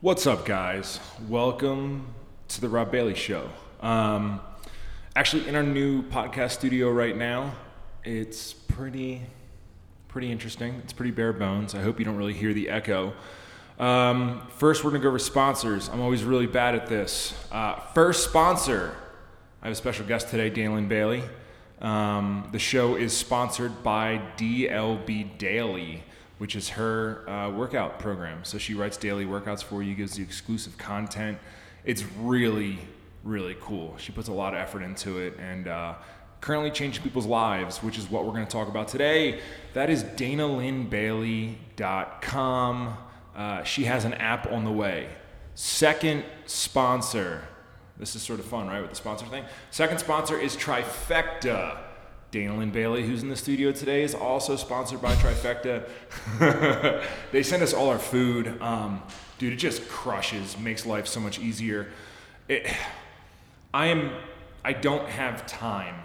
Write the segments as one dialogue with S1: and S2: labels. S1: What's up, guys? Welcome to the Rob Bailey Show. Um, actually, in our new podcast studio right now, it's pretty, pretty interesting. It's pretty bare bones. I hope you don't really hear the echo. Um, first, we're gonna go over sponsors. I'm always really bad at this. Uh, first sponsor. I have a special guest today, Dalen Bailey. Um, the show is sponsored by DLB Daily, which is her uh, workout program. So she writes daily workouts for you, gives you exclusive content. It's really, really cool. She puts a lot of effort into it and uh, currently changing people's lives, which is what we're going to talk about today. That is danalynbailey.com. Uh, she has an app on the way. Second sponsor. This is sort of fun, right, with the sponsor thing. Second sponsor is Trifecta. Daniel and Bailey, who's in the studio today, is also sponsored by Trifecta. they send us all our food. Um, dude, it just crushes, makes life so much easier. It, I am, I don't have time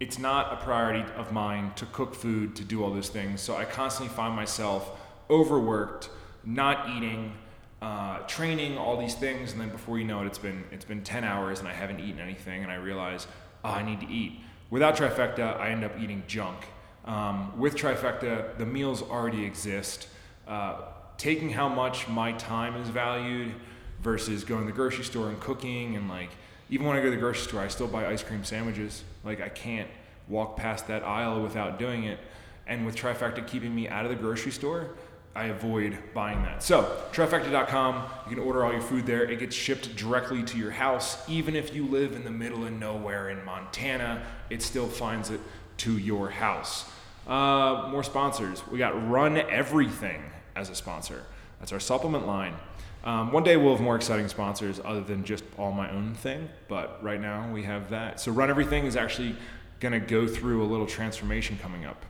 S1: it's not a priority of mine to cook food, to do all those things. So I constantly find myself overworked, not eating, uh, training, all these things, and then before you know it, it's been it's been 10 hours and I haven't eaten anything, and I realize oh, I need to eat. Without Trifecta, I end up eating junk. Um, with Trifecta, the meals already exist. Uh, taking how much my time is valued versus going to the grocery store and cooking and like even when I go to the grocery store, I still buy ice cream sandwiches. Like I can't walk past that aisle without doing it. And with Trifecta keeping me out of the grocery store, I avoid buying that. So, trifecta.com, you can order all your food there. It gets shipped directly to your house. Even if you live in the middle of nowhere in Montana, it still finds it to your house. Uh, more sponsors. We got Run Everything as a sponsor. That's our supplement line. Um, one day we'll have more exciting sponsors other than just all my own thing, but right now we have that. So Run Everything is actually going to go through a little transformation coming up,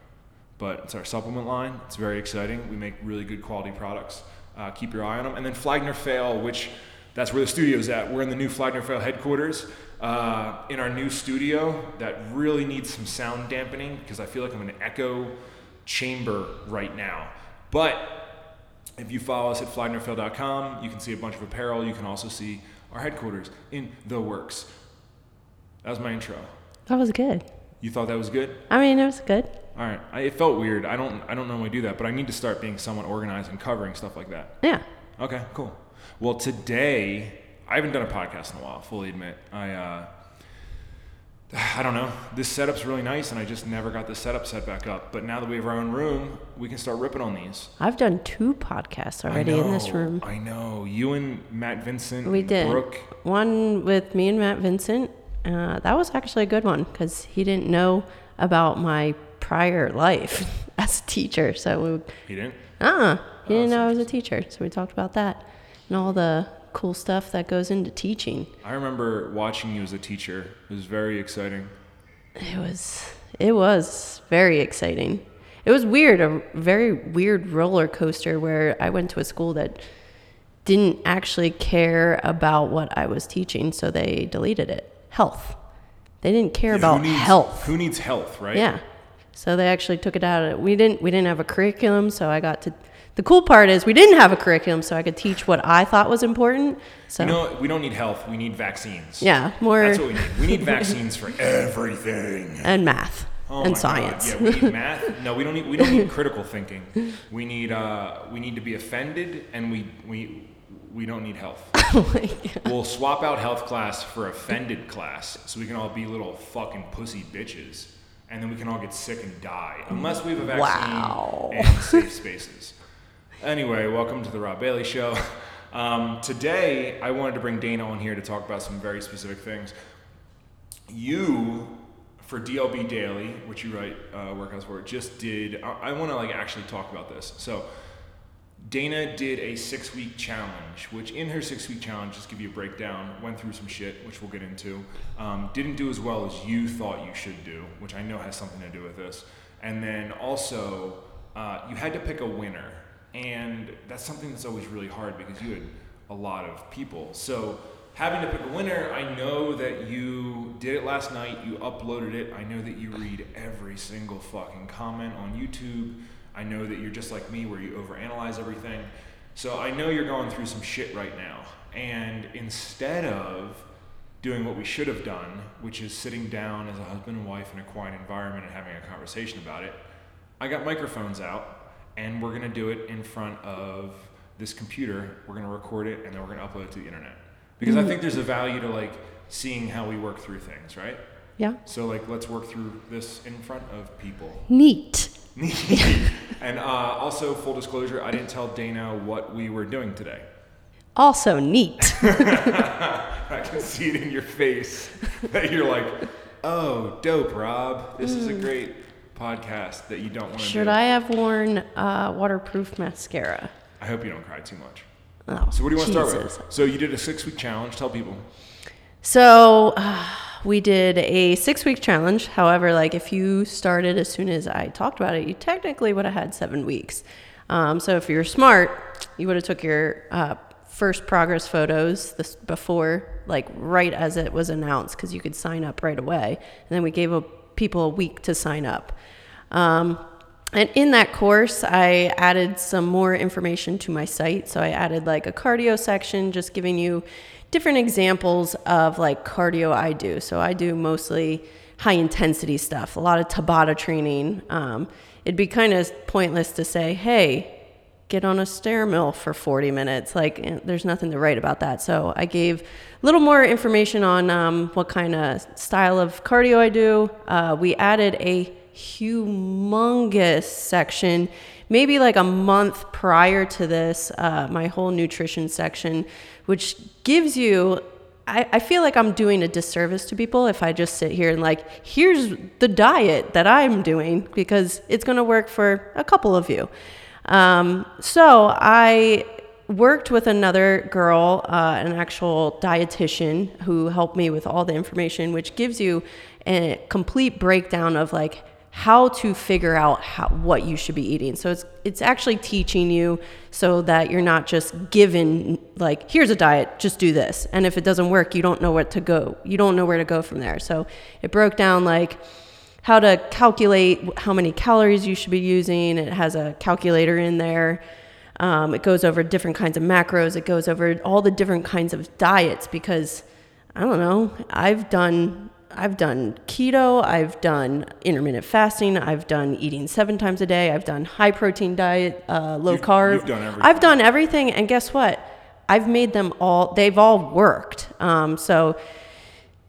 S1: but it's our supplement line. It's very exciting. We make really good quality products. Uh, keep your eye on them. And then Flagner Fail, which that's where the studio's at. We're in the new Flagner Fail headquarters uh, in our new studio that really needs some sound dampening because I feel like I'm in an echo chamber right now. But if you follow us at flagnerfell.com, you can see a bunch of apparel. You can also see our headquarters in the works. That was my intro.
S2: That was good.
S1: You thought that was good?
S2: I mean, it was good.
S1: All right. I, it felt weird. I don't. I don't normally do that, but I need to start being somewhat organized and covering stuff like that.
S2: Yeah.
S1: Okay, cool. Well, today I haven't done a podcast in a while. I'll Fully admit, I uh, I don't know. This setup's really nice, and I just never got this setup set back up. But now that we have our own room, we can start ripping on these.
S2: I've done two podcasts
S1: I
S2: already in this
S1: know,
S2: room.
S1: I know. You and Matt Vincent.
S2: We
S1: and
S2: did.
S1: Brooke.
S2: One with me and Matt Vincent. Uh, that was actually a good one because he didn't know about my prior life as a teacher. So,
S1: He didn't.
S2: we, uh, he didn't know I was a teacher. So, we talked about that and all the cool stuff that goes into teaching.
S1: I remember watching you as a teacher. It was very exciting.
S2: It was it was very exciting. It was weird, a very weird roller coaster where I went to a school that didn't actually care about what I was teaching, so they deleted it. Health. They didn't care about
S1: who needs,
S2: health.
S1: Who needs health, right?
S2: Yeah. So they actually took it out of it. We didn't we didn't have a curriculum, so I got to the cool part is we didn't have a curriculum, so I could teach what I thought was important. So
S1: You know, we don't need health. We need vaccines.
S2: yeah, more
S1: That's what we need. We need vaccines for everything.
S2: and math
S1: Oh
S2: and
S1: my God.
S2: science.
S1: Yeah, we need math. No, we don't need. We don't need critical thinking. We need. Uh, we need to be offended, and we we we don't need health. We'll swap out health class for offended class, so we can all be little fucking pussy bitches, and then we can all get sick and die, unless we have a vaccine
S2: Wow.
S1: and safe spaces. Anyway, welcome to the Rob Bailey Show. Um, today, I wanted to bring Dana on here to talk about some very specific things you for DLB Daily, which you write uh, workouts for, just did. I, I want to like actually talk about this. So Dana did a six week challenge, which in her six week challenge, just give you a breakdown, went through some shit, which we'll get into. Um, didn't do as well as you thought you should do, which I know has something to do with this. And then also, uh, you had to pick a winner. And that's something that's always really hard because you had a lot of people. So having to pick a winner, I know that you did it last night, you uploaded it. I know that you read every single fucking comment on YouTube. I know that you're just like me where you overanalyze everything. So I know you're going through some shit right now. And instead of doing what we should have done, which is sitting down as a husband and wife in a quiet environment and having a conversation about it, I got microphones out and we're going to do it in front of this computer. We're going to record it and then we're going to upload it to the internet. Because I think there's a value to like seeing how we work through things, right?
S2: Yeah.
S1: So like let's work through this in front of people.
S2: Neat.
S1: and uh, also, full disclosure, I didn't tell Dana what we were doing today.
S2: Also neat.
S1: I can see it in your face that you're like, "Oh, dope, Rob. This is a great podcast that you don't want to
S2: Hmm. Should
S1: do."
S2: I have worn uh, waterproof mascara?
S1: I hope you don't cry too much.
S2: Oh,
S1: So, what do you want to start
S2: Jesus.
S1: with? So, you did a six-week challenge. Tell people.
S2: So uh, we did a six week challenge. However, like if you started as soon as I talked about it, you technically would have had seven weeks. Um, so if you're smart, you would have took your uh, first progress photos this before, like right as it was announced, because you could sign up right away. And then we gave a, people a week to sign up. Um, and in that course, I added some more information to my site. So I added like a cardio section, just giving you different examples of like cardio I do. So I do mostly high intensity stuff, a lot of Tabata training. Um, it'd be kind of pointless to say, hey, get on a stair mill for 40 minutes. Like, eh, there's nothing to write about that. So I gave a little more information on um, what kind of style of cardio I do. Uh, we added a humongous section, maybe like a month prior to this, uh, my whole nutrition section, which gives you I, I feel like I'm doing a disservice to people if I just sit here and like, here's the diet that I'm doing because it's going to work for a couple of you. Um, so I worked with another girl, uh, an actual dietitian, who helped me with all the information, which gives you a complete breakdown of like how to figure out how, what you should be eating. So it's it's actually teaching you so that you're not just given like here's a diet, just do this. And if it doesn't work, you don't know what to go. You don't know where to go from there. So it broke down like how to calculate how many calories you should be using. It has a calculator in there. Um, it goes over different kinds of macros. It goes over all the different kinds of diets because I don't know. I've done I've done keto, I've done intermittent fasting, I've done eating seven times a day, I've done high protein diet, uh, low
S1: You've-
S2: carb.
S1: you've done everything.
S2: I've done everything, and guess what? I've made them all. They've all worked. Um, so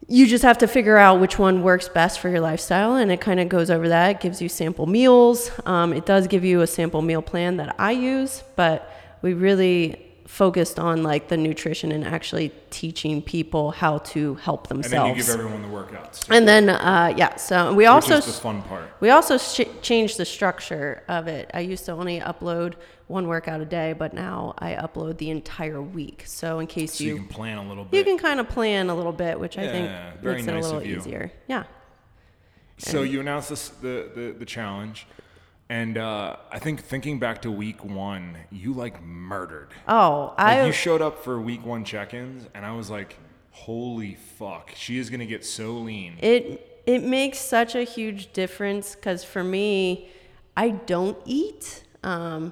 S2: you just have to figure out which one works best for your lifestyle and it kind of goes over that it gives you sample meals um, it does give you a sample meal plan that i use but we really focused on like the nutrition and actually teaching people how to help
S1: And
S2: themselves
S1: then you give everyone the workouts. too,
S2: And then, uh, yeah so we
S1: Which
S2: also
S1: is the fun part.
S2: we also sh- changed the structure of it. I used to only upload one workout a day, but now I upload the entire week. So in case
S1: So you,
S2: you
S1: can plan a little bit.
S2: you can kind of plan a little bit, which I
S1: Yeah,
S2: think
S1: very
S2: makes
S1: nice
S2: it a
S1: of
S2: little
S1: you.
S2: easier. Yeah.
S1: So you announced this, the, the the challenge, and uh, I think thinking back to week one, you like murdered.
S2: Oh,
S1: Like,
S2: I
S1: you showed up for week one check-ins, and I was like, "Holy fuck, she is gonna get so lean."
S2: it it makes such a huge difference because for me, I don't eat. Um,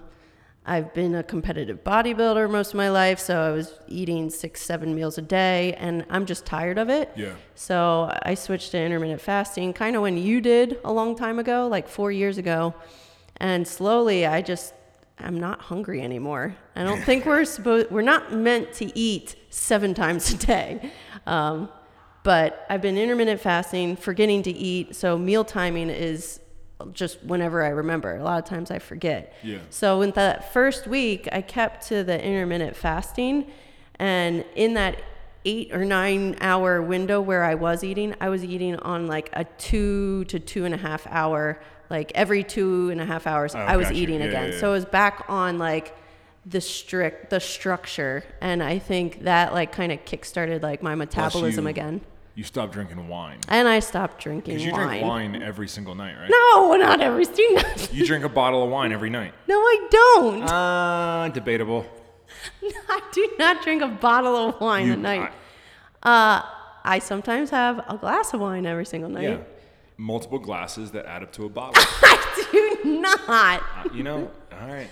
S2: I've been a competitive bodybuilder most of my life, so I was eating six, seven meals a day, and I'm just tired of it.
S1: Yeah.
S2: So I switched to intermittent fasting kind of when you did a long time ago, like four years ago. And slowly I just, I'm not hungry anymore. I don't think we're supposed, we're not meant to eat seven times a day. Um, but I've been intermittent fasting, forgetting to eat. So meal timing is just whenever I remember. A lot of times I forget.
S1: Yeah.
S2: So in that first week, I kept to the intermittent fasting, and in that eight or nine hour window where I was eating, I was eating on like a two to two and a half hour, like every two and a half hours, I was
S1: Oh, gotcha.
S2: eating
S1: Yeah,
S2: again.
S1: yeah, yeah.
S2: So it was back on like the strict the structure, and I think that like kind of kickstarted like my
S1: Plus
S2: metabolism
S1: you-
S2: again.
S1: You stopped drinking wine
S2: And I stopped drinking
S1: because you
S2: wine.
S1: drink wine every single night, right?
S2: No, not every single.
S1: You drink a bottle of wine every night.
S2: No, I don't.
S1: Uh, debatable.
S2: I do not drink a bottle of wine
S1: You-
S2: a night. uh, I sometimes have a glass of wine every single night.
S1: Yeah. Multiple glasses that add up to a bottle.
S2: I do not.
S1: you know. All right.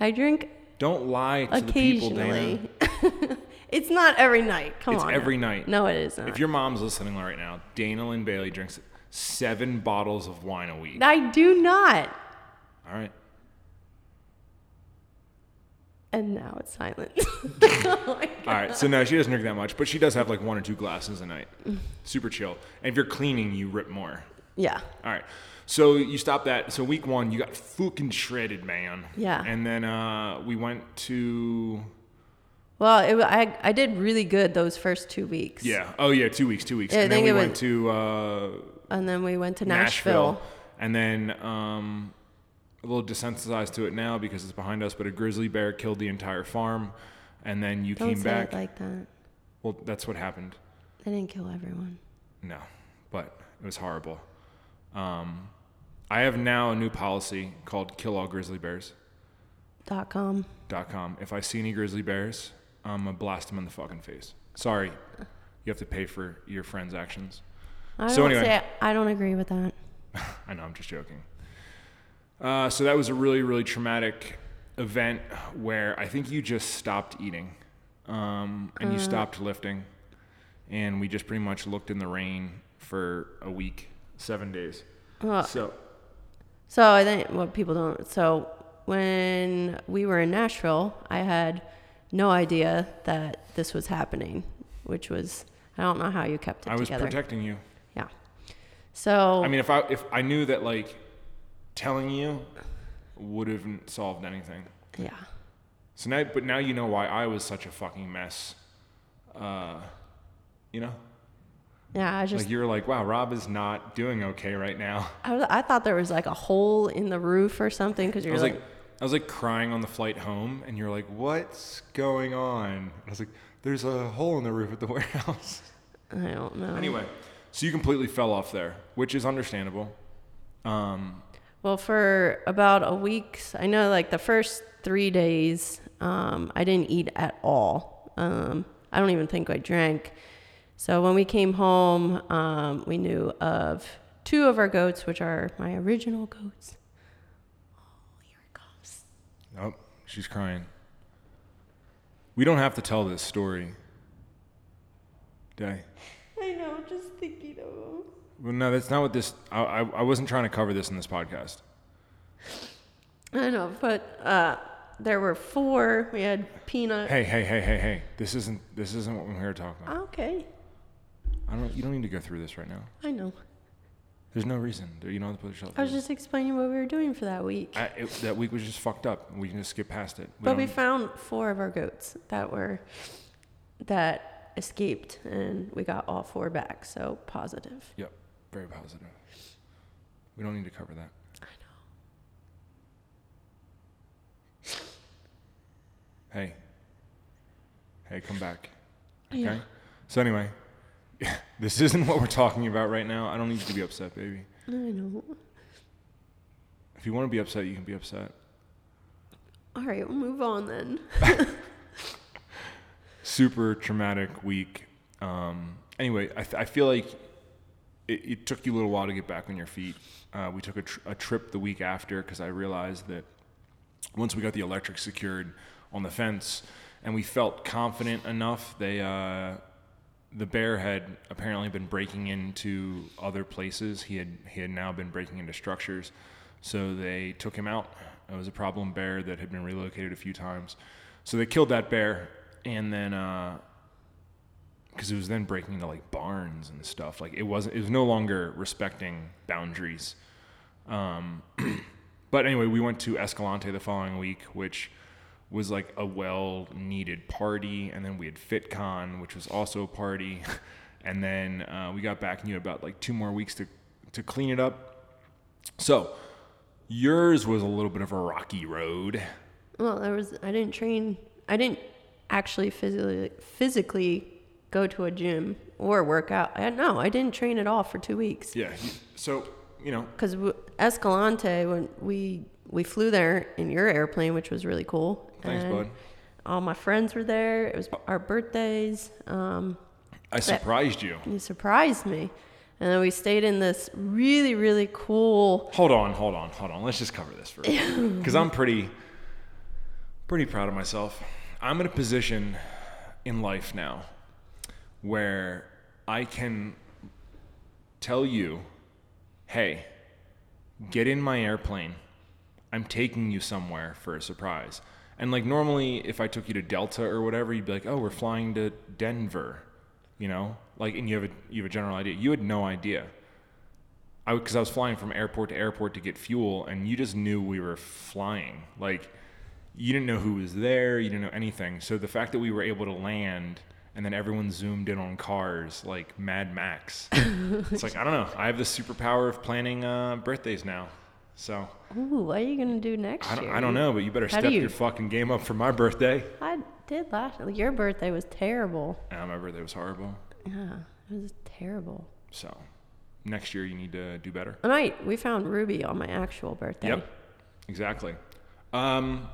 S2: I drink
S1: Don't lie to the people, Dana.
S2: Occasionally. it's not every night. Come
S1: It's
S2: on.
S1: every night.
S2: No, it is not.
S1: If your mom's listening right now, Dana Lynn Bailey drinks seven bottles of wine a week.
S2: I do not.
S1: All right.
S2: And now it's silent. Oh my
S1: All
S2: God.
S1: right. So no, she doesn't drink that much, but she does have like one or two glasses a night. Super chill. And if you're cleaning, you rip more.
S2: Yeah.
S1: All right. So you stop that. So week one, you got fucking shredded, man.
S2: Yeah.
S1: And then uh, we went to
S2: Well, it, wa- I I did really good those first two weeks.
S1: yeah. Oh yeah, two weeks, two weeks.
S2: Yeah, I
S1: and then
S2: think
S1: we
S2: it
S1: went
S2: was-
S1: to uh,
S2: And then we went to
S1: Nashville.
S2: Nashville.
S1: and then um, a little desensitized to it now because it's behind us. But a grizzly bear killed the entire farm, and then you
S2: Don't
S1: came
S2: say
S1: back.
S2: it like that.
S1: well, that's what happened.
S2: They didn't kill everyone.
S1: No, but it was horrible. Um, I have now a new policy called "Kill All Grizzly Bears."
S2: Dot com.
S1: dot com. If I see any grizzly bears, I'm gonna blast them in the fucking face. Sorry, you have to pay for your friend's actions.
S2: I
S1: So
S2: don't
S1: anyway.
S2: say I don't agree with that.
S1: I know, I'm just joking. Uh, so that was a really, really traumatic event where I think you just stopped eating, um, and you stopped lifting, and we just pretty much looked in the rain for a week, seven days.
S2: Ugh.
S1: So
S2: Uh, So I think what people don't. So when we were in Nashville, I had no idea that this was happening, which was I don't know how you kept it
S1: I was
S2: together.
S1: protecting you.
S2: yeah. So
S1: I mean, if I if I knew that like telling you would have solved anything.
S2: yeah.
S1: So now, but now you know why I was such a fucking mess. Uh, you know,
S2: Yeah, I just
S1: like you were like, wow, Rob is not doing okay right now.
S2: I, was- I thought there was like a hole in the roof or something because
S1: I
S2: you're
S1: was
S2: like,
S1: like, I was like crying on the flight home, and you're like, what's going on? I was like, there's a hole in the roof at the warehouse.
S2: I don't know.
S1: anyway, so you completely fell off there, which is understandable. Um,
S2: Well, for about a week, I know like the first three days, um, I didn't eat at all. Um, I don't even think I drank. So when we came home, um, we knew of two of our goats, which are my original goats. Oh, here it comes.
S1: oh, she's crying. We don't have to tell this story. Day.
S2: I know, just thinking of them.
S1: Well, no, that's not what this. I, I, I wasn't trying to cover this in this podcast.
S2: I know, but uh, there were four. We had peanut.
S1: Hey, hey, hey, hey, hey. This isn't. This isn't what we're here to talk about.
S2: Okay,
S1: I don't. You don't need to go through this right now.
S2: I know.
S1: There's no reason. There- You don't have to put yourself.
S2: I was
S1: through
S2: just explaining what we were doing for that week.
S1: this. I, it, that week was just fucked up. We can just skip past it. We
S2: But we
S1: don't-
S2: found four of our goats that were that escaped, and we got all four back. So positive.
S1: Yep. Very positive. We don't need to cover that.
S2: I know.
S1: Hey. Hey, come back.
S2: Yeah.
S1: Okay. So anyway, this isn't what we're talking about right now. I don't need you to be upset, baby.
S2: I know.
S1: If you want to be upset, you can be upset.
S2: All right, we'll move on then.
S1: super traumatic week. Um, anyway, I, th- I feel like it, it took you a little while to get back on your feet. Uh, we took a, tr- a trip the week after because I realized that once we got the electric secured on the fence and we felt confident enough, they uh, the bear had apparently been breaking into other places. He had he had now been breaking into structures, so they took him out. It was a problem bear that had been relocated a few times, so they killed that bear, and then because it was then breaking into like barns and stuff. Like it wasn't it was no longer respecting boundaries. Um, but anyway, we went to Escalante the following week, which was like a well needed party. And then we had FitCon, which was also a party. And then uh, we got back and you had about like two more weeks to, to clean it up. So yours was a little bit of a rocky road.
S2: Well, there was I didn't train. I didn't actually physically physically go to a gym or work out. I, no, I didn't train at all for two weeks.
S1: Yeah. you- So, you know,
S2: because Escalante when we we flew there in your airplane, which was really cool.
S1: Thanks,
S2: and
S1: bud.
S2: All my friends were there. It was our birthdays. Um,
S1: I surprised you.
S2: you surprised me, and then we stayed in this really really cool.
S1: Hold on, hold on, hold on. Let's just cover this for because I'm pretty pretty proud of myself. I'm in a position in life now where I can tell you, hey, get in my airplane. I'm taking you somewhere for a surprise. And like normally, if I took you to Delta or whatever, you'd be like, oh, we're flying to Denver, you know? Like, and you have a you have a general idea. You had no idea. I because I was flying from airport to airport to get fuel, and you just knew we were flying. Like, you didn't know who was there. You didn't know anything. So the fact that we were able to land and then everyone zoomed in on cars like Mad Max. it's like I don't know. I have the superpower of planning uh, birthdays now. So
S2: Ooh, what are you gonna do next
S1: I don't,
S2: year?
S1: I don't know, but you better
S2: How do
S1: step
S2: you-
S1: your fucking game up for my birthday.
S2: I did last. Your birthday was terrible.
S1: Ah, my birthday was horrible.
S2: Yeah, it was terrible.
S1: So next year you need to do better.
S2: And I we found Ruby on my actual birthday.
S1: Yep, exactly. Um,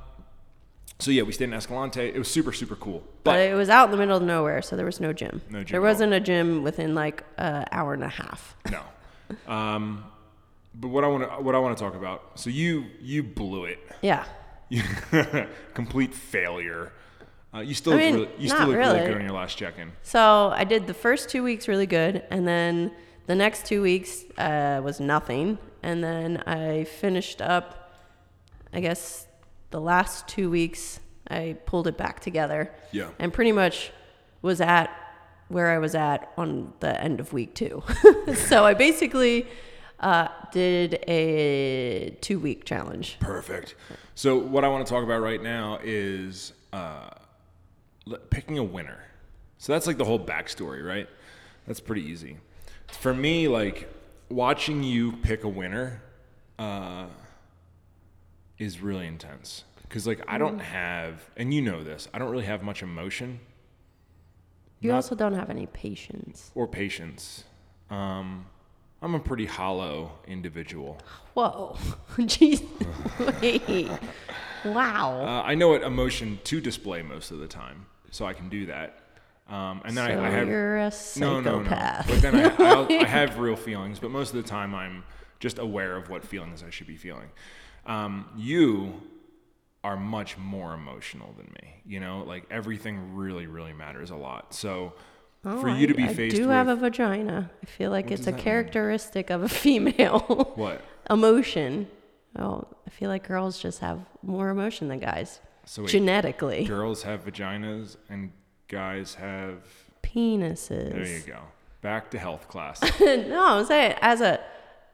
S1: so yeah, we stayed in Escalante. It was super super cool.
S2: But,
S1: But
S2: it was out in the middle of nowhere, so there was no gym.
S1: No gym
S2: There
S1: at
S2: wasn't a gym within like an hour and a half.
S1: no. Um, but what I want to what I want to talk about. So you you blew it.
S2: Yeah.
S1: You- Complete failure. Uh, you still
S2: I
S1: look
S2: mean,
S1: really, you still
S2: not
S1: look really.
S2: really.
S1: good on your last check in.
S2: So I did the first two weeks really good, and then the next two weeks uh, was nothing. And then I finished up, I guess, the last two weeks, I pulled it back together
S1: Yeah.
S2: and pretty much was at where I was at on the end of week two. so I basically uh, did a two week challenge.
S1: Perfect. So what I want to talk about right now is uh, l- picking a winner. So that's like the whole backstory, right? That's pretty easy. For me, like watching you pick a winner uh, is really intense because like I don't have, and you know this, I don't really have much emotion
S2: You
S1: Not-
S2: also don't have any patience.
S1: or patience. Um, I'm a pretty hollow individual.
S2: Whoa. Jeez. Wait. Wow.
S1: Uh, I know what emotion to display most of the time, so I can do that. Um, and then I-
S2: so
S1: I, have
S2: you're a
S1: no, no, no.
S2: psychopath.
S1: But then I, I, I have real feelings, but most of the time I'm just aware of what feelings I should be feeling. Um, you are much more emotional than me. You know, like everything really, really matters a lot. So
S2: Oh,
S1: for you to be
S2: I,
S1: faced
S2: I do
S1: with
S2: have a vagina. I feel like it's
S1: does
S2: a
S1: that mean?
S2: characteristic of a female
S1: what?
S2: emotion. Oh, I feel like girls just have more emotion than guys.
S1: So wait,
S2: Genetically,
S1: girls have vaginas and guys have.
S2: penises.
S1: There you go. Back to health class.
S2: no, I'm saying as a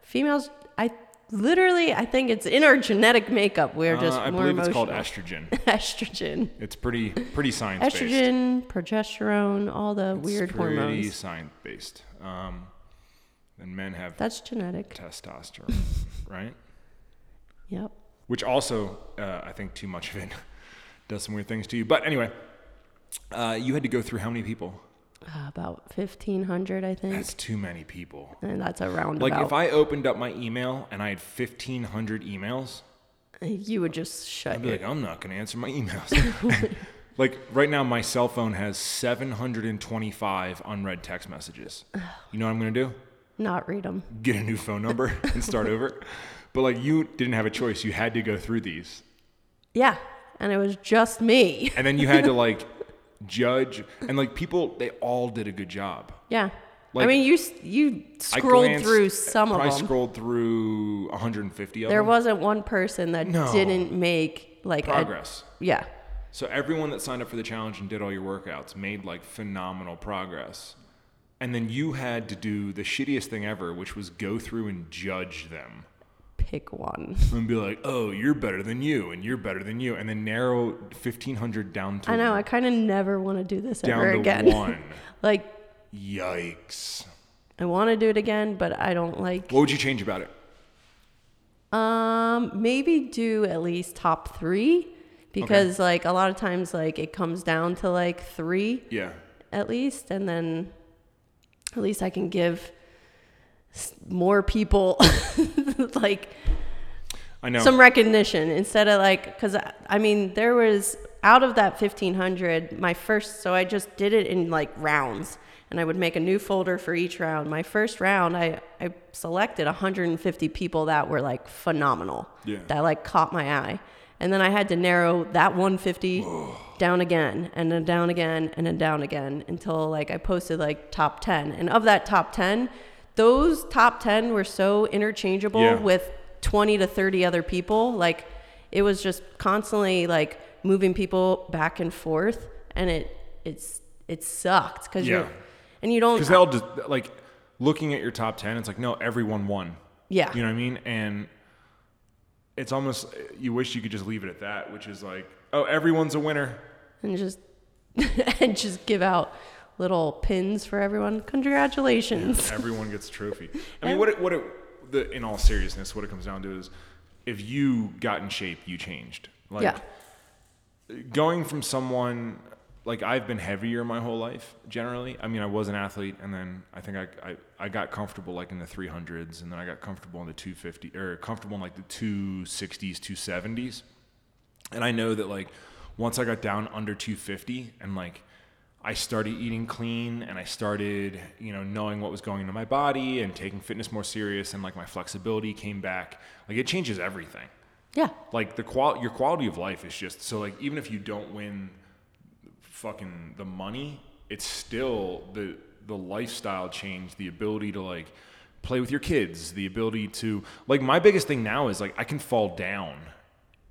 S2: females, I literally I think it's in our genetic makeup. We're
S1: Uh,
S2: just
S1: I
S2: more
S1: believe it's
S2: emotional.
S1: called estrogen.
S2: estrogen,
S1: It's pretty pretty science based.
S2: estrogen, progesterone, all the weird hormones.
S1: science based. Um, and men have
S2: That's genetic.
S1: testosterone, right?
S2: Yep.
S1: Which also, uh, I think, too much of it does some weird things to you. But anyway, uh, you had to go through how many people?
S2: Uh, about fifteen hundred, I think,
S1: That's too many people.
S2: and that's a roundabout.
S1: Like if I opened up my email and I had fifteen hundred emails,
S2: you would just shut
S1: I'd be
S2: your
S1: like, I'm not going to answer my emails. like right now, my cell phone has seven hundred and twenty-five unread text messages. You know what I'm going to do?
S2: not read them.
S1: get a new phone number and start over. But like you didn't have a choice. You had to go through these.
S2: Yeah, and it was just me.
S1: And then you had to like judge and like people they all did a good job.
S2: Yeah, I
S1: Like-
S2: mean, you s- you
S1: I
S2: scrolled
S1: glanced-
S2: through some of
S1: I
S2: them.
S1: scrolled through 150 of
S2: there
S1: them.
S2: wasn't one person that
S1: No.
S2: didn't make like a-
S1: progress.
S2: yeah,
S1: So everyone that signed up for the challenge and did all your workouts made like phenomenal progress. And then you had to do the shittiest thing ever, which was go through and judge them.
S2: pick one.
S1: And be like, oh, you're better than you, and you're better than you, and then narrow 1,500 down to
S2: I know. I kind of never want to do this
S1: down
S2: ever
S1: to
S2: again.
S1: one.
S2: like
S1: Yikes.
S2: I want to do it again, but I don't like.
S1: What would you change about it?
S2: Um, maybe do at least top three because like a lot of times like it comes down to like three.
S1: Yeah.
S2: at least and then at least i can give s- more people like
S1: I know.
S2: some recognition instead of like because I, I mean there was out of that 1500 my first so i just did it in like rounds and i would make a new folder for each round my first round i i selected 150 people that were like phenomenal
S1: Yeah.
S2: that like caught my eye And then I had to narrow that 150 down again and then down again and then down again until like I posted like top 10. And of that top 10, those top 10 were so interchangeable
S1: Yeah.
S2: with 20 to 30 other people. Like it was just constantly like moving people back and forth and it it's it sucked cuz
S1: Yeah.
S2: you and you don't
S1: Because they'll just like looking at your top ten. It's like no, everyone won.
S2: yeah.
S1: You know what I mean? And it's almost you wish you could just leave it at that, which is like, oh, everyone's a winner.
S2: and just and just give out little pins for everyone. Congratulations.
S1: Everyone gets a trophy. I mean, what it, what it, the, in all seriousness, what it comes down to is, if you got in shape, you changed. Like
S2: yeah.
S1: going from someone like I've been heavier my whole life. Generally, I mean, I was an athlete, and then I think I I, I got comfortable like in the 300s, and then I got comfortable in the 250 or comfortable in like the 260s, 270s. And I know that like once I got down under 250 and like I started eating clean and I started, you know, knowing what was going into my body and taking fitness more serious and like my flexibility came back. Like it changes everything
S2: Yeah.
S1: like the qual your quality of life is just so like even if you don't win fucking the money it's still the the lifestyle change the ability to like play with your kids the ability to like my biggest thing now is like i can fall down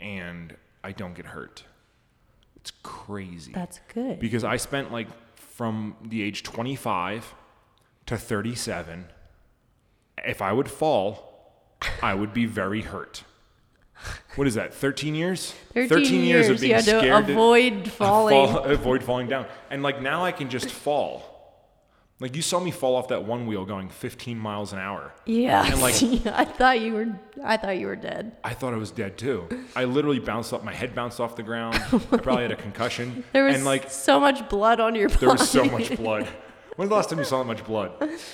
S1: and i don't get hurt it's crazy
S2: That's good.
S1: because i spent like from the age 25 to 37 if i would fall i would be very hurt what is that 13 years
S2: 13, years, you had to avoid falling.
S1: fall- avoid falling down and like now i can just fall like you saw me fall off that one wheel going 15 miles an hour
S2: Yeah.
S1: And, like-
S2: I thought you were I thought you were dead.
S1: i thought i was dead too i literally bounced off my head bounced off the ground i probably had a concussion
S2: There was
S1: and like
S2: so much blood on your body.
S1: There was so much blood. When's the last time you saw that much blood?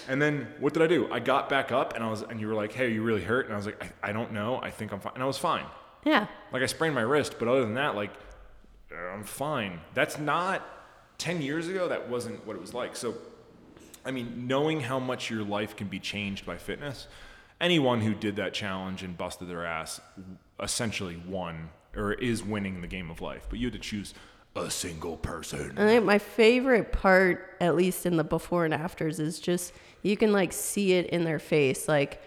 S1: And then what did I do? I got back up and I was, and you were like, "Hey, are you really hurt?" And I was like, "I, I don't know. I think I'm fine." And I was fine.
S2: Yeah.
S1: Like I sprained my wrist, but other than that, like uh, I'm fine. That's not ten years ago. That wasn't what it was like. So, I mean, knowing how much your life can be changed by fitness, anyone who did that challenge and busted their ass essentially won or is winning the game of life. But you had to choose a single person.
S2: I think my favorite part, at least in the before and afters, is just you can like see it in their face. Like,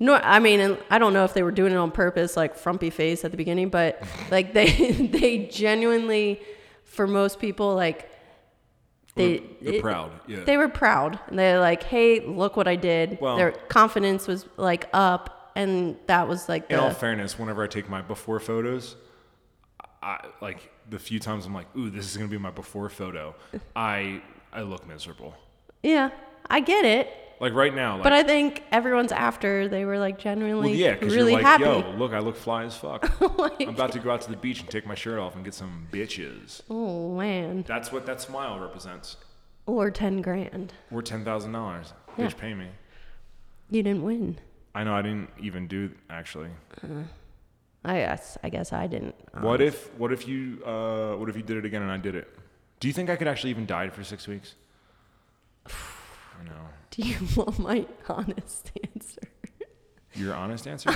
S2: no, I mean, and I don't know if they were doing it on purpose, like frumpy face at the beginning, but like they they genuinely, for most people, like they
S1: They're
S2: it-
S1: proud. Yeah.
S2: they were proud and they're like, hey, look what I did.
S1: Well-
S2: their confidence was like up, and that was like
S1: in all
S2: the
S1: fairness, whenever I take my before photos, I like the few times I'm like, "Ooh, this is gonna be my before photo." I I look miserable.
S2: yeah. I get it,
S1: Like right now, like
S2: but I think everyone's after they were like genuinely
S1: well, yeah, because
S2: really
S1: you're like,
S2: happy.
S1: "Yo, look, I look fly as fuck."
S2: Like-
S1: I'm about to go out to the beach and take my shirt off and get some bitches.
S2: Oh man.
S1: That's what that smile represents.
S2: Or ten grand.
S1: We're ten thousand dollars.
S2: Yeah.
S1: Bitch, pay me.
S2: You didn't win.
S1: I know I didn't even do actually.
S2: I guess I guess I didn't. Uh,
S1: What if what if you uh, what if you did it again and I did it? Do you think I could actually even diet for six weeks? I know.
S2: do you want my honest answer?
S1: Your honest answer?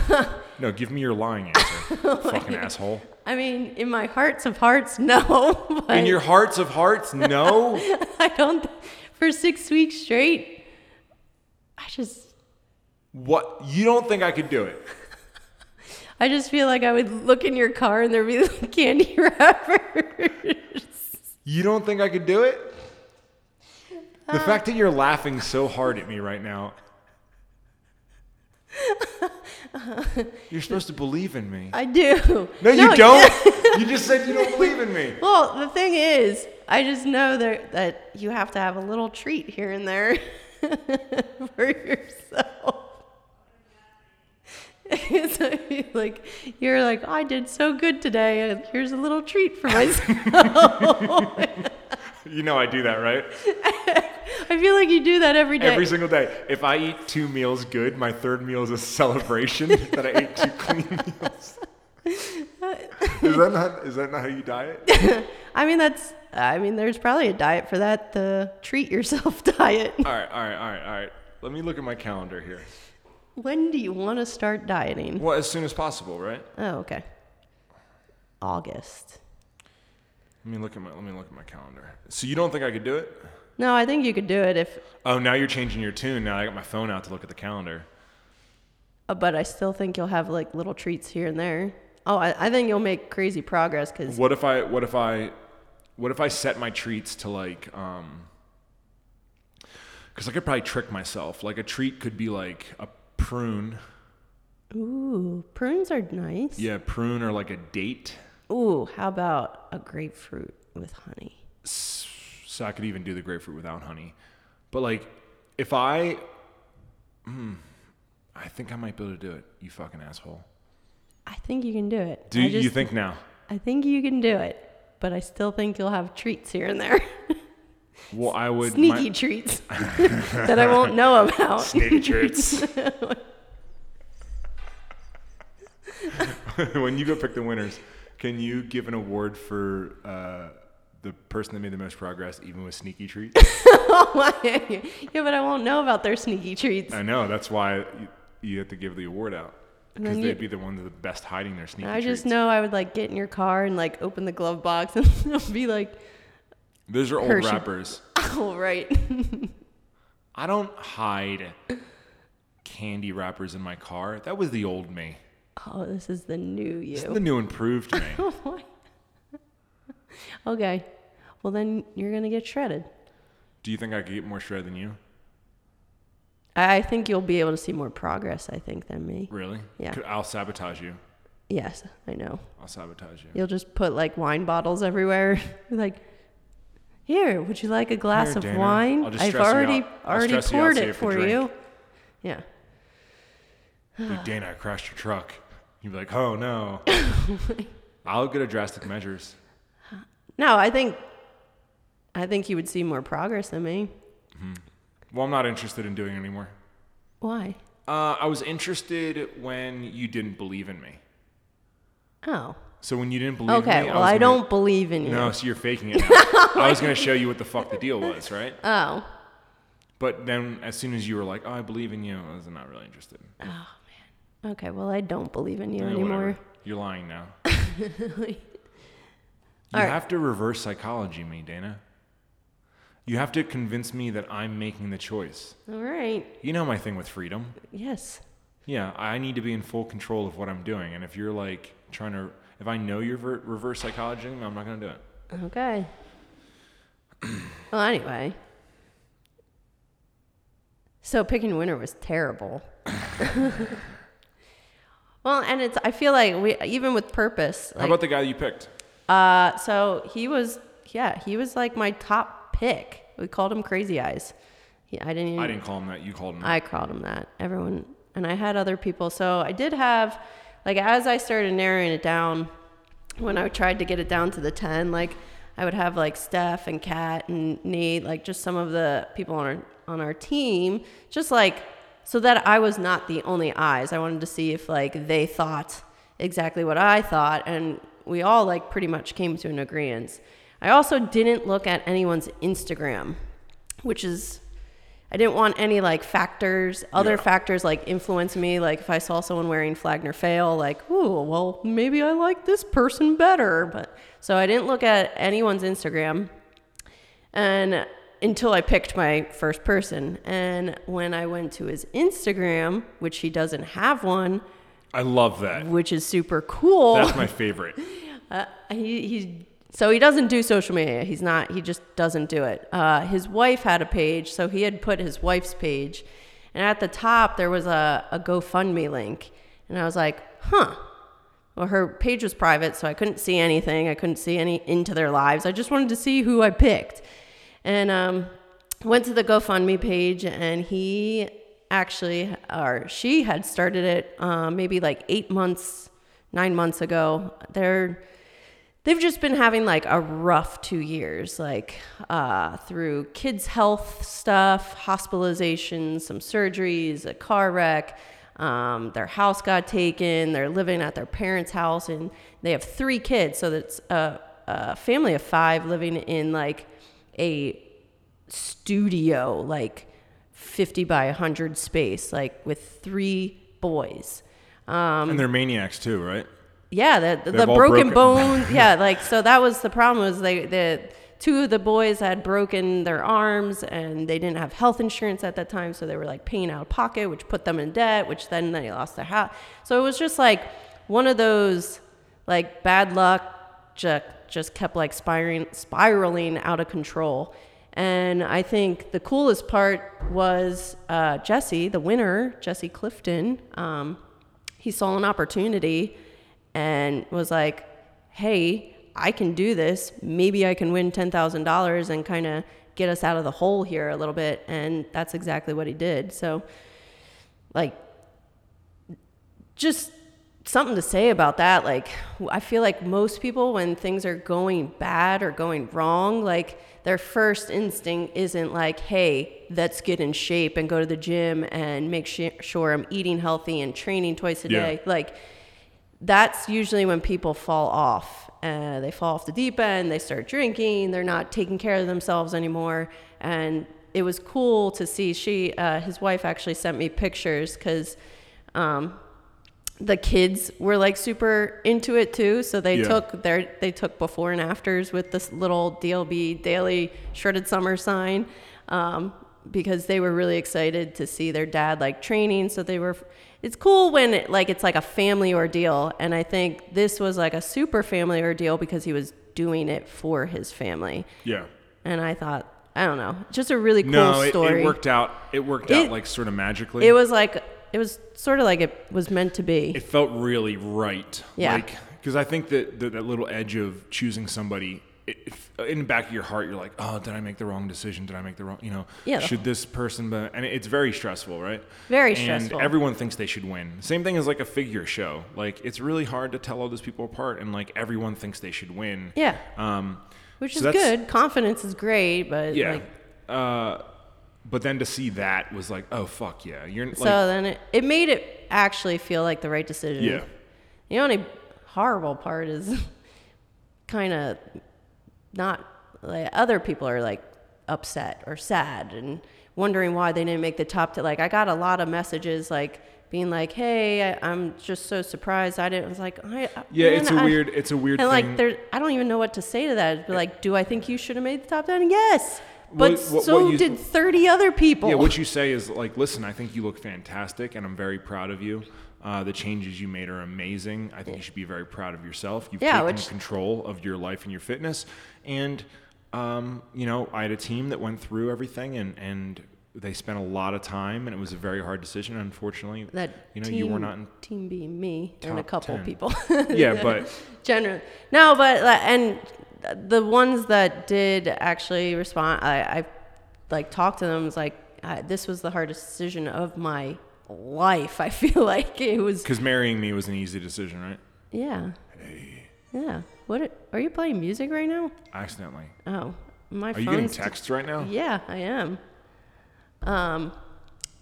S1: no, give me your lying answer.
S2: Oh
S1: Fucking asshole.
S2: I mean, in my hearts of hearts, no. But
S1: In your hearts of hearts, no.
S2: I don't for six weeks straight. I just
S1: what? You don't think I could do it?
S2: I just feel like I would look in your car and there'd be like candy wrappers.
S1: You don't think I could do it? The
S2: Uh,
S1: fact that you're laughing so hard at me right now. You're supposed to believe in me.
S2: I do.
S1: No, you don't. you just said you don't believe in me.
S2: Well, the thing is, I just know that that you have to have a little treat here and there for yourself. so you, like you're like "Oh, I did so good today, and here's a little treat for myself.
S1: You know I do that, right?
S2: I feel like you do that every day.
S1: Every single day. If I eat two meals good, my third meal is a celebration that I ate two clean meals. Is that not is that not how you diet?
S2: I mean, that's I mean, there's probably a diet for that. The treat yourself diet.
S1: All right, all right, all right, all right. Let me look at my calendar here.
S2: When do you want to start dieting?
S1: Well, as soon as possible, right?
S2: Oh, okay. August.
S1: Let me look at my let me look at my calendar. So you don't think I could do it?
S2: No, I think you could do it if,
S1: Oh, now you're changing your tune. Now I got my phone out to look at the calendar.
S2: uh, but I still think you'll have like little treats here and there. Oh, I, I think you'll make crazy progress because
S1: What if I what if I what if I set my treats to like um cuz I could probably trick myself. Like a treat could be like a prune.
S2: ooh, prunes are nice.
S1: Yeah, prune or like a date.
S2: Ooh, how about a grapefruit with honey?
S1: S- So I could even do the grapefruit without honey. But like if I hmm I think I might be able to do it. You fucking asshole.
S2: I think you can do it.
S1: Do
S2: I
S1: you
S2: just-
S1: think now?
S2: I think you can do it, but I still think you'll have treats here and there.
S1: Well, I would my-
S2: Sneaky treats that I won't know about.
S1: Sneaky treats. when you go pick the winners, can you give an award for uh, the person that made the most progress, even with sneaky treats?
S2: Oh yeah, but I won't know about their sneaky treats.
S1: I know that's why you, you have to give the award out because
S2: then
S1: they'd
S2: you-
S1: be the ones that the best hiding their sneaky
S2: I just
S1: treats.
S2: know I would like get in your car and like open the glove box and be like,
S1: Those are old
S2: Hershey.
S1: rappers.
S2: "Oh right,
S1: I don't hide candy wrappers in my car. That was the old me.
S2: oh this is the new
S1: This is the
S2: you."
S1: new improved me.
S2: okay, well then you're gonna get shredded.
S1: Do you think I could get more shred than you?
S2: I I think you'll be able to see more progress. I think than me.
S1: Really?
S2: Yeah.
S1: Could- I'll sabotage you.
S2: Yes, I know.
S1: I'll sabotage you.
S2: You'll just put like wine bottles everywhere. like, here, would you like a glass
S1: Here,
S2: of
S1: Dana,
S2: wine?
S1: I'll just
S2: I've
S1: stress you
S2: already
S1: out. I'll
S2: already
S1: stress you out
S2: poured
S1: so you
S2: it
S1: have to
S2: for
S1: drink.
S2: you. Yeah. Oh.
S1: Like, Dana, I crashed your truck. You'd be like, oh no. I'll get a drastic measures.
S2: No, I think I think you would see more progress than me.
S1: Well, I'm not interested in doing it anymore.
S2: Why?
S1: Uh, I was interested when you didn't believe in me.
S2: Oh.
S1: So when you didn't believe in
S2: Okay.
S1: me,
S2: Well,
S1: was
S2: I
S1: gonna-
S2: don't believe in you.
S1: No, so you're faking it. Now. I was going to show you what the fuck the deal was, right?
S2: Oh.
S1: But then as soon as you were like, oh, I believe in you, I was not really interested.
S2: Oh, Okay. Well, I don't believe in you
S1: Yeah,
S2: anymore.
S1: whatever. You're lying now.
S2: Like,
S1: You
S2: All right.
S1: have to reverse psychology me, Dana. You have to convince me that I'm making the choice.
S2: All right.
S1: You know my thing with freedom.
S2: Yes.
S1: Yeah, I need to be in full control of what I'm doing. And if you're like trying to, if I know you're ver- reverse psychology, I'm not going to do it.
S2: Okay. well, anyway. So picking winner was terrible. well, and it's I feel like we even with purpose.
S1: How
S2: Like,
S1: about the guy you picked?
S2: uh, so he was yeah he was like my top pick. We called him Crazy Eyes. He, I didn't. Even,
S1: I didn't call him that. You called him. that.
S2: I called him that. Everyone and I had other people. So I did have like as I started narrowing it down, when I tried to get it down to the ten, like I would have like Steph and Kat and Nate, like just some of the people on our on our team, just like so that I was not the only eyes. I wanted to see if like they thought exactly what I thought and we all like pretty much came to an agreement. I also didn't look at anyone's Instagram, which is I didn't want any like factors, other
S1: Yeah.
S2: factors like influence me. Like if I saw someone wearing Flagner Fail, like, ooh, well, maybe I like this person better. But so I didn't look at anyone's Instagram and until I picked my first person. And when I went to his Instagram, which he doesn't have one,
S1: I love that.
S2: which is super cool.
S1: That's my favorite.
S2: Uh, he, he so he doesn't do social media. He's not. He just doesn't do it. Uh, his wife had a page, so he had put his wife's page, and at the top there was a, a GoFundMe link, and I was like, huh. Well, her page was private, so I couldn't see anything. I couldn't see any into their lives. I just wanted to see who I picked, and um, went to the GoFundMe page, and he actually or she had started it uh, maybe like eight months, nine months ago. They're they've just been having like a rough two years like uh, through kids health stuff hospitalizations some surgeries a car wreck um, their house got taken they're living at their parents house and they have three kids so that's a, a family of five living in like a studio like 50 by 100 space like with three boys um,
S1: and they're maniacs too, right?
S2: yeah, the the,
S1: They've all
S2: broken,
S1: broken.
S2: bones. Yeah, like so that was the problem was they the two of the boys had broken their arms and they didn't have health insurance at that time, so they were like paying out of pocket, which put them in debt, which then they lost their house. So it was just like one of those like bad luck just just kept like spiraling spiraling out of control. And I think the coolest part was uh, Jesse, the winner, Jesse Clifton. Um, he saw an opportunity and was like, hey, I can do this. Maybe I can win $10,000 and kind of get us out of the hole here a little bit. And that's exactly what he did. So, like, just something to say about that. Like, I feel like most people, when things are going bad or going wrong, like, their first instinct isn't like, hey, let's get in shape and go to the gym and make sh- sure I'm eating healthy and training twice a
S1: Yeah.
S2: day. Like, that's usually when people fall off. Uh, they fall off the deep end, they start drinking, they're not taking care of themselves anymore. And it was cool to see. She, uh, his wife actually sent me pictures because um, the kids were like super into it too. So they
S1: Yeah.
S2: took their, they took before and afters with this little DLB daily shredded summer sign. Um, because they were really excited to see their dad like training. So they were, it's cool when it, like it's like a family ordeal. And I think this was like a super family ordeal because he was doing it for his family.
S1: Yeah.
S2: And I thought, I don't know, just a really cool
S1: No, it,
S2: story.
S1: it worked out. It worked
S2: It-
S1: out like sort of magically.
S2: It was like, it was sort of like it was meant to be.
S1: it felt really right.
S2: Yeah.
S1: Like, because I think that, that that little edge of choosing somebody, it, it- in the back of your heart, you're like, oh, did I make the wrong decision? Did I make the wrong, you know,
S2: Yeah.
S1: should this person, be, and it's very stressful, right?
S2: Very
S1: and
S2: stressful.
S1: everyone thinks they should win. Same thing as like a figure show. Like, it's really hard to tell all those people apart, and like everyone thinks they should win.
S2: yeah.
S1: Um,
S2: Which
S1: so
S2: is
S1: that's-
S2: good. Confidence is great, but
S1: Yeah.
S2: like,
S1: uh, but then to see that was like, oh, fuck yeah. You're like,
S2: so then it, it made it actually feel like the right decision.
S1: yeah.
S2: The only horrible part is kind of not like other people are like upset or sad and wondering why they didn't make the top 10. Like I got a lot of messages like being like, "Hey, I, I'm just so surprised I didn't." I was like, I,
S1: Yeah,
S2: man,
S1: it's a
S2: I-
S1: weird, it's a weird
S2: And
S1: thing.
S2: like, there, I don't even know what to say to that. It'd be like, do I think you should have made the top ten? Yes,
S1: Well,
S2: but
S1: what-
S2: so
S1: what you-
S2: did thirty other people.
S1: Yeah, what you say is like, listen, I think you look fantastic, and I'm very proud of you. Uh, the changes you made are amazing. I think you should be very proud of yourself. You've
S2: Yeah,
S1: taken
S2: which-
S1: control of your life and your fitness. And um, you know, I had a team that went through everything, and and they spent a lot of time, and it was a very hard decision. Unfortunately,
S2: that
S1: you know,
S2: team,
S1: you were not in
S2: team being me and a
S1: top
S2: couple
S1: 10.
S2: people.
S1: Yeah, but-
S2: generally no, but like, and the ones that did actually respond, I, I like talked to them. Was like, uh, this was the hardest decision of my life. I feel like it was.
S1: because marrying me was an easy decision, right?
S2: Yeah. Yeah. What are- are you playing music right now?
S1: Accidentally.
S2: Oh, my
S1: Are you getting
S2: phone's
S1: texts right now?
S2: yeah, I am. Um,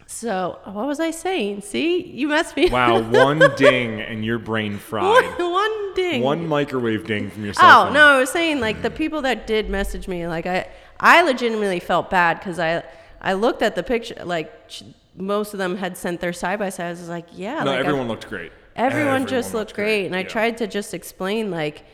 S2: so what was I saying? See, you must be
S1: Wow, one ding and your brain fried.
S2: one, one ding.
S1: One microwave ding from your cell
S2: Oh
S1: phone.
S2: no, I was saying like the people that did message me, like I, I legitimately felt bad because I, I looked at the picture, like sh- most of them had sent their side by sides. I was like, yeah,
S1: No,
S2: like, I-
S1: everyone looked great.
S2: everyone, just looked great, and I
S1: Yeah.
S2: tried to just explain like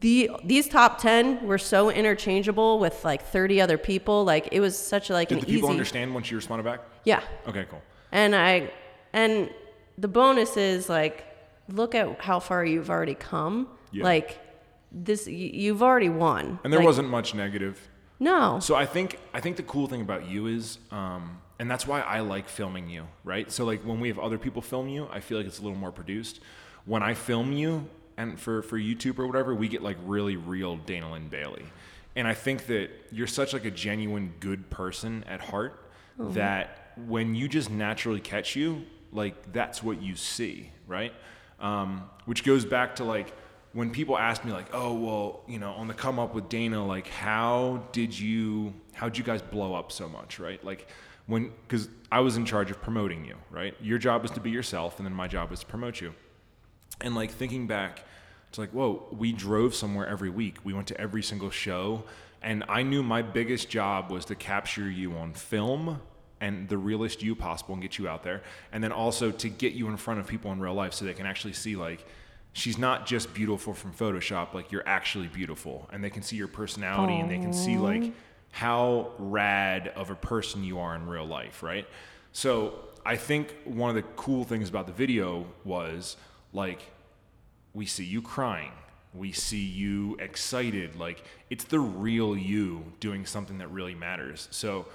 S2: the these top ten were so interchangeable with like thirty other people. Like it was such like
S1: Did
S2: an
S1: the people
S2: easy,
S1: understand once you responded back?
S2: yeah.
S1: Okay, cool.
S2: And I and the bonus is like look at how far you've already come.
S1: Yeah.
S2: Like this y- you've already won.
S1: And there
S2: Like,
S1: wasn't much negative.
S2: No.
S1: So I think I think the cool thing about you is, um, and that's why I like filming you, right? So like when we have other people film you, I feel like it's a little more produced. When I film you, and for for YouTube or whatever, we get like really real Dana Lynn Bailey, and I think that you're such like a genuine good person at heart that when you just naturally catch you, like that's what you see, right? Um, which goes back to like when people ask me like oh well you know on the come up with dana like how did you how'd you guys blow up so much right like when because i was in charge of promoting you right your job was to be yourself and then my job was to promote you and like thinking back it's like whoa we drove somewhere every week we went to every single show and i knew my biggest job was to capture you on film and the realest you possible and get you out there and then also to get you in front of people in real life so they can actually see like she's not just beautiful from Photoshop. Like you're actually beautiful, and they can see your personality, and they can see like how rad of a person you are in real life, right? So I think one of the cool things about the video was like we see you crying. We see you excited. Like it's the real you doing something that really matters. So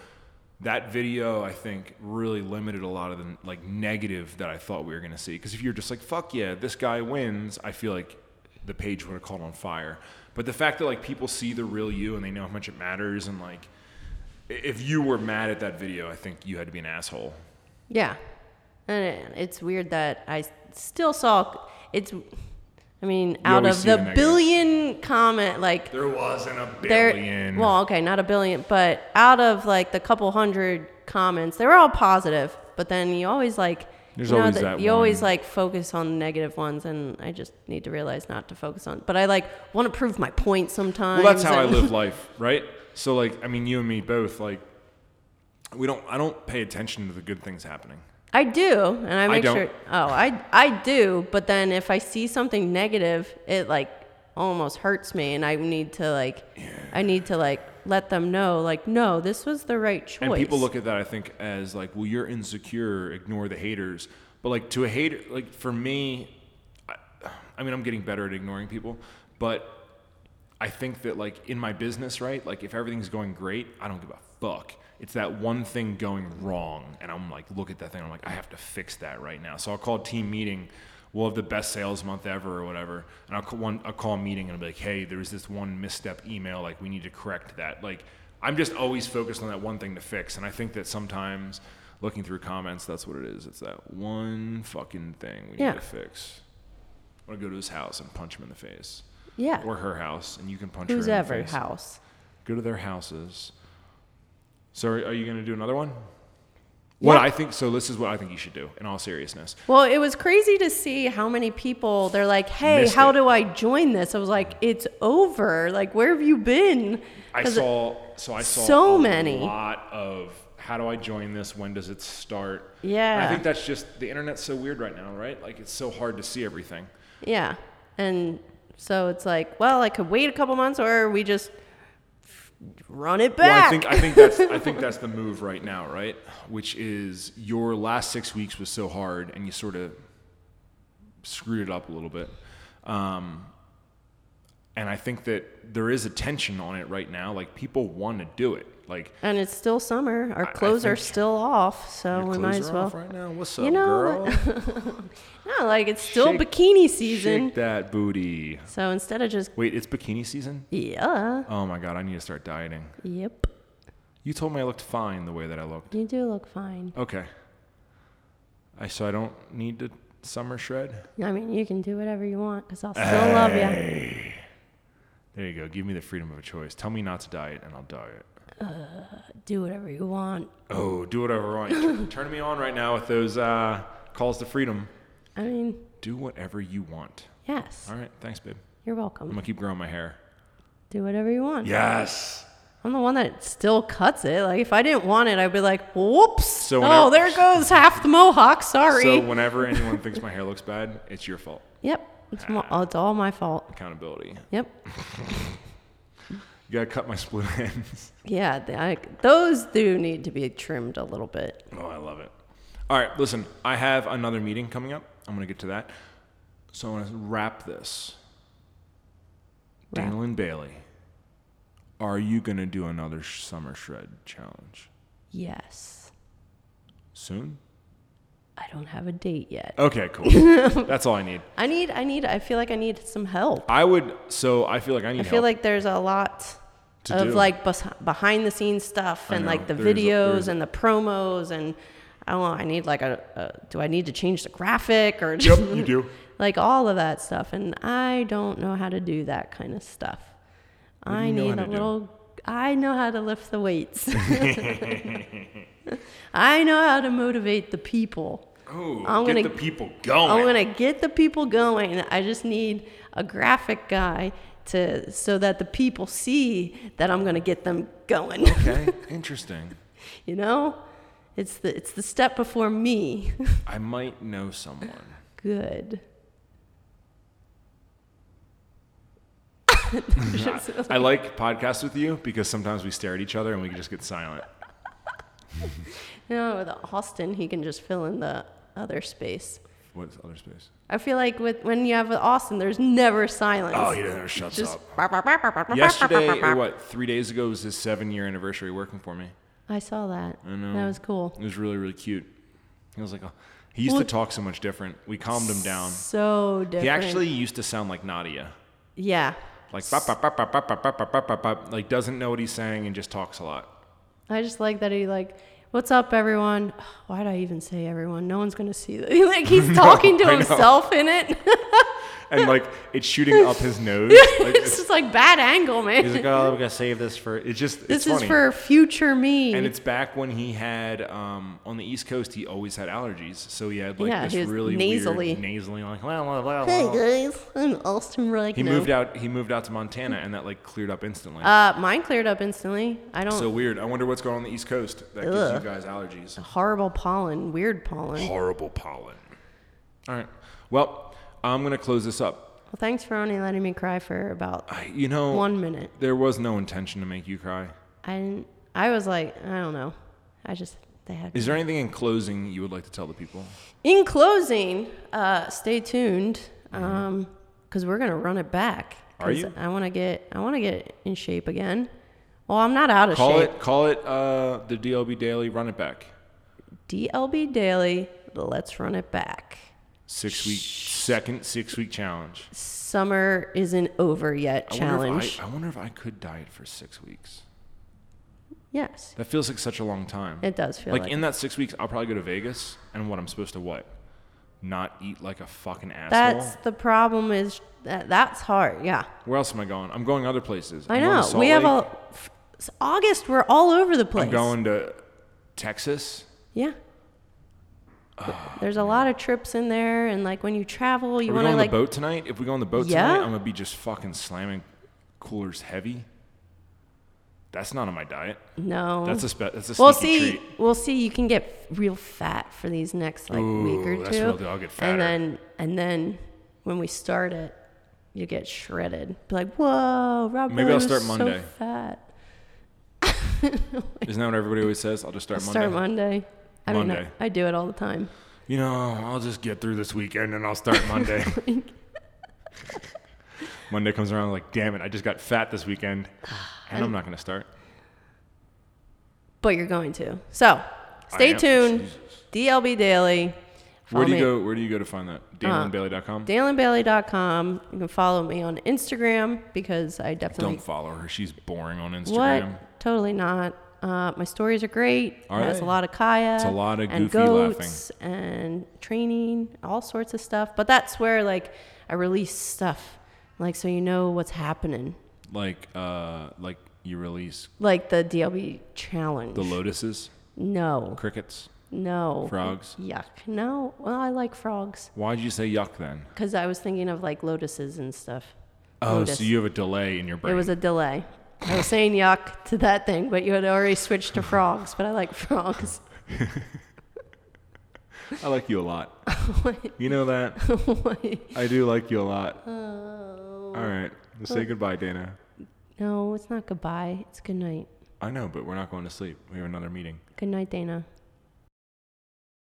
S1: that video, I think, really limited a lot of the like negative that I thought we were gonna see. Because if you're just like, "Fuck yeah, this guy wins," I feel like the page would have caught on fire. But the fact that like people see the real you and they know how much it matters, and like i- if you were mad at that video, I think you had to be an asshole.
S2: Yeah. And it- it's weird that I s- still saw it's I mean, out
S1: always
S2: of
S1: see the
S2: the
S1: negative.
S2: billion comment like
S1: There wasn't a
S2: there
S1: billion.
S2: well, okay, not a billion, but out of like the couple hundred comments, they were all positive, but then you always like
S1: There's
S2: you know,
S1: always
S2: the-
S1: that
S2: you always
S1: one.
S2: like focus on the negative ones and I just need to realize not to focus on but I like want to prove my point sometimes.
S1: Well, that's how I
S2: and-
S1: live life, right? So, like, I mean, you and me both, like, we don't, I don't pay attention to the good things happening.
S2: I do, and I make
S1: don't.
S2: sure. Oh, I I do, but then if I see something negative, it like almost hurts me, and I need to like, I need to like let them know, like, no, this was the right choice.
S1: And people look at that, I think, as like, well, you're insecure, ignore the haters. But, like, to a hater, like, for me, I, I mean, I'm getting better at ignoring people, but I think that, like, in my business, right? Like, if everything's going great, I don't give a fuck. It's that one thing going wrong. And I'm like, look at that thing. I'm like, I have to fix that right now. So I'll call a team meeting. We'll have the best sales month ever or whatever. And I'll call, one, I'll call a meeting and I'll be like, hey, there was this one misstep email. Like, we need to correct that. Like, I'm just always focused on that one thing to fix. And I think that sometimes looking through comments, that's what it is. It's that one fucking thing we
S2: Yeah.
S1: need to fix. I want to go to his house and punch him in the face
S2: yeah,
S1: or her house, and you can punch
S2: who's
S1: her in
S2: ever
S1: the face.
S2: house?
S1: Go to their houses. So, are, are you going to do another one? What
S2: Yeah.
S1: I think so. This is what I think you should do. In all seriousness,
S2: Well, it was crazy to see how many people they're like, "Hey,
S1: Missed
S2: how
S1: it.
S2: do I join this?" I was like, "It's over. Like, where have you been?"
S1: I
S2: 'Cause-
S1: saw. So I saw
S2: so
S1: a
S2: many.
S1: lot of how do I join this? When does it start?
S2: Yeah.
S1: I think that's just the internet's so weird right now, right? Like it's so hard to see everything.
S2: Yeah. And so it's like, well, I could wait a couple months or we just run it
S1: Well, I
S2: back.
S1: think I think that's I think that's the move right now, right? Which is your last six weeks was so hard, and you sort of screwed it up a little bit. Um, and I think that there is a tension on it right now. Like people want to do it. Like
S2: and it's still summer. Our
S1: I
S2: clothes are
S1: think
S2: still off, so
S1: your
S2: Oh, we
S1: clothes
S2: might
S1: are
S2: as well.
S1: off right now. What's up,
S2: You know,
S1: girl?
S2: No, like it's still
S1: Shake-
S2: bikini season.
S1: Shake that booty.
S2: So instead of just
S1: Wait, it's bikini season.
S2: yeah,
S1: Oh my god, I need to start dieting.
S2: yep,
S1: You told me I looked fine the way that I looked.
S2: you do look fine.
S1: Okay. I so I don't need to summer shred.
S2: I mean, you can do whatever you want because I'll still love you.
S1: Hey. There you go. Give me the freedom of a choice. Tell me not to diet, and I'll diet.
S2: Do whatever you want.
S1: Oh, do whatever I want. Turn me on right now with those uh, calls to freedom.
S2: I mean,
S1: Do whatever you want.
S2: yes,
S1: All right. Thanks, babe.
S2: you're
S1: I'm
S2: welcome.
S1: gonna keep growing my hair.
S2: Do whatever you want.
S1: Yes.
S2: I'm the one that still cuts it. Like if I didn't want it, I'd be like, "Whoops!
S1: So whenever-
S2: oh, there goes half the mohawk. Sorry."
S1: So whenever anyone thinks my hair looks bad, it's your fault.
S2: yep, it's, mo- it's all my fault.
S1: Accountability.
S2: Yep.
S1: You gotta cut my split ends.
S2: Yeah, th- I, those do need to be trimmed a little bit.
S1: Oh, I love it. All right, listen, I have another meeting coming up. I'm going to get to that. So I want to wrap this.
S2: Wrap.
S1: Daniel and Bailey, are you going to do another sh- summer shred challenge
S2: Yes,
S1: soon?
S2: I don't have a date yet.
S1: Okay, cool. That's all I need.
S2: I need, I need, I feel like I need some help.
S1: I would, so I feel like I need
S2: I feel
S1: help
S2: like there's a lot
S1: to
S2: of
S1: do.
S2: like bes- behind the scenes stuff
S1: I
S2: and
S1: know.
S2: like the
S1: There is a- there
S2: videos
S1: is a-
S2: and the promos and I don't know. I need like a, a do I need to change the graphic or
S1: Yep, you do.
S2: like all of that stuff and i don't know how to do that kind of stuff
S1: What do
S2: i
S1: you know how
S2: need
S1: to
S2: a
S1: do?
S2: little i know how to lift the weights i know how to motivate the people
S1: Ooh,
S2: I'm
S1: get
S2: gonna-
S1: the people going.
S2: i'm going to get the people going i just need a graphic guy to so that the people see that i'm going to get them going
S1: okay, interesting.
S2: you know it's the it's the step before me
S1: I might know someone.
S2: good
S1: I like podcasts with you because sometimes we stare at each other and we can just get silent.
S2: No, with Austin, he can just fill in the other space.
S1: What's other space?
S2: I feel like with when you have with Austin, there's never silence.
S1: Oh, he never shuts
S2: just
S1: up.
S2: up.
S1: Yesterday, or what, three days ago, was his seven year anniversary working for me.
S2: I saw that.
S1: I know.
S2: That was cool.
S1: It was really, really cute. He was like, oh. he used
S2: Well-
S1: to talk so much different. We calmed him down.
S2: So different.
S1: He actually used to sound like Nadia.
S2: Yeah,
S1: Like, bop, bop, bop, bop, bop, bop, bop, bop, bop, bop, bop, like doesn't know what he's saying and just talks a lot.
S2: I just like that he like. What's up, everyone? Why would I even say everyone? No one's gonna see that. like he's talking
S1: I
S2: to
S1: know.
S2: himself in it.
S1: And like, it's shooting up his nose. Like,
S2: it's just like bad angle, man.
S1: he's like, oh, we gotta save this for. It's just, it's
S2: this
S1: funny.
S2: is for future me.
S1: And it's back when he had um, on the East Coast. He always had allergies, so he had like
S2: Yeah,
S1: this
S2: he was
S1: really
S2: nasally.
S1: weird nasally, like blah, blah, blah,
S2: hey
S1: blah.
S2: guys, I'm Austin Reich.
S1: He moved out. He moved out to Montana, and that like cleared up instantly.
S2: Uh, mine cleared up instantly. I don't.
S1: so weird. I wonder what's going on, on the East Coast that gives you
S2: Ugh.
S1: guys allergies.
S2: horrible pollen, weird pollen.
S1: Horrible pollen. All right. Well, I'm gonna close this up.
S2: Well, thanks for only letting me cry for about
S1: I, you know,
S2: one minute.
S1: there was no intention to make you cry.
S2: I didn't, I was like, I don't know. I just they had.
S1: Is there anything in closing you would like to tell the people?
S2: In closing, uh, stay tuned because we're gonna run it back.
S1: Mm-hmm. Are
S2: 'Cause
S1: you?
S2: I want to get I want to get in shape again. Well, I'm not out of
S1: Call
S2: shape.
S1: it. Call it uh, the DLB Daily. Run it back.
S2: DLB Daily. Let's run it back.
S1: Six week, second six week challenge.
S2: Summer isn't over yet.
S1: I wonder if
S2: Challenge.
S1: I, I wonder if I could diet for six weeks.
S2: yes,
S1: That feels like such a long time.
S2: it does feel
S1: like
S2: like,
S1: in that six weeks, I'll probably go to Vegas, and what I'm supposed to what? Not eat like a fucking asshole.
S2: that's the problem. Is that that's hard? Yeah.
S1: Where else am I going? I'm going other places.
S2: I
S1: I'm going to
S2: know.
S1: Salt
S2: We have
S1: Lake.
S2: a f- it's August. We're all over the place.
S1: I'm going to Texas.
S2: Yeah. There's a lot of trips in there, and like when you travel,
S1: Are
S2: you
S1: we going
S2: want to
S1: on
S2: like.
S1: the boat tonight? If we go on the boat
S2: Yeah.
S1: tonight, I'm gonna be just fucking slamming coolers heavy. That's not on my diet.
S2: No.
S1: That's a spe- that's a
S2: Oh. we'll
S1: sneaky
S2: see.
S1: treat.
S2: We'll see. You can get real fat for these next like week
S1: Ooh,
S2: or
S1: that's
S2: two,
S1: what I'll do. I'll get fatter.
S2: and then and then when we start it, you get shredded. Be like, whoa, Rob.
S1: Maybe
S2: Willie
S1: I'll
S2: was
S1: start
S2: so
S1: Monday.
S2: fat.
S1: Isn't that what everybody always says? I'll just start Monday.
S2: Start Monday. I mean,
S1: Monday.
S2: I, I do it all the time.
S1: you know, I'll just get through this weekend and I'll start Monday. Monday comes around like, damn it, I just got fat this weekend and I'm not going to start.
S2: But you're going to. So
S1: I
S2: stay
S1: am-
S2: tuned.
S1: Jesus.
S2: DLB Daily.
S1: Where do
S2: Follow
S1: you
S2: me-
S1: go? Where do you go to find that? DamonBailey.com?
S2: DalenBailey.com. You can follow me on Instagram because I definitely
S1: Don't follow her. She's boring on
S2: what
S1: Instagram.
S2: totally not. Uh, my stories are great.
S1: Are
S2: There's
S1: they?
S2: a lot of kaya.
S1: It's a lot of
S2: and
S1: goofy laughing.
S2: goats and training, all sorts of stuff. But that's where like I release stuff, like so you know what's happening,
S1: Like, uh, like you release
S2: like the DLB challenge.
S1: the lotuses,
S2: no,
S1: crickets,
S2: no
S1: frogs.
S2: Yuck. No. Well, I like frogs
S1: Why'd you say yuck then?
S2: because I was thinking of like lotuses and stuff.
S1: Oh,
S2: Lotus.
S1: so you have a delay in your brain.
S2: It was a delay. I was saying yuck to that thing, but you had already switched to frogs, but I like frogs.
S1: I like you a lot. you know that? I do like you a lot.
S2: Oh.
S1: All right. Let's say goodbye, Dana.
S2: No, it's not goodbye. It's good night.
S1: I know, but we're not going to sleep. We have another meeting.
S2: Good night, Dana.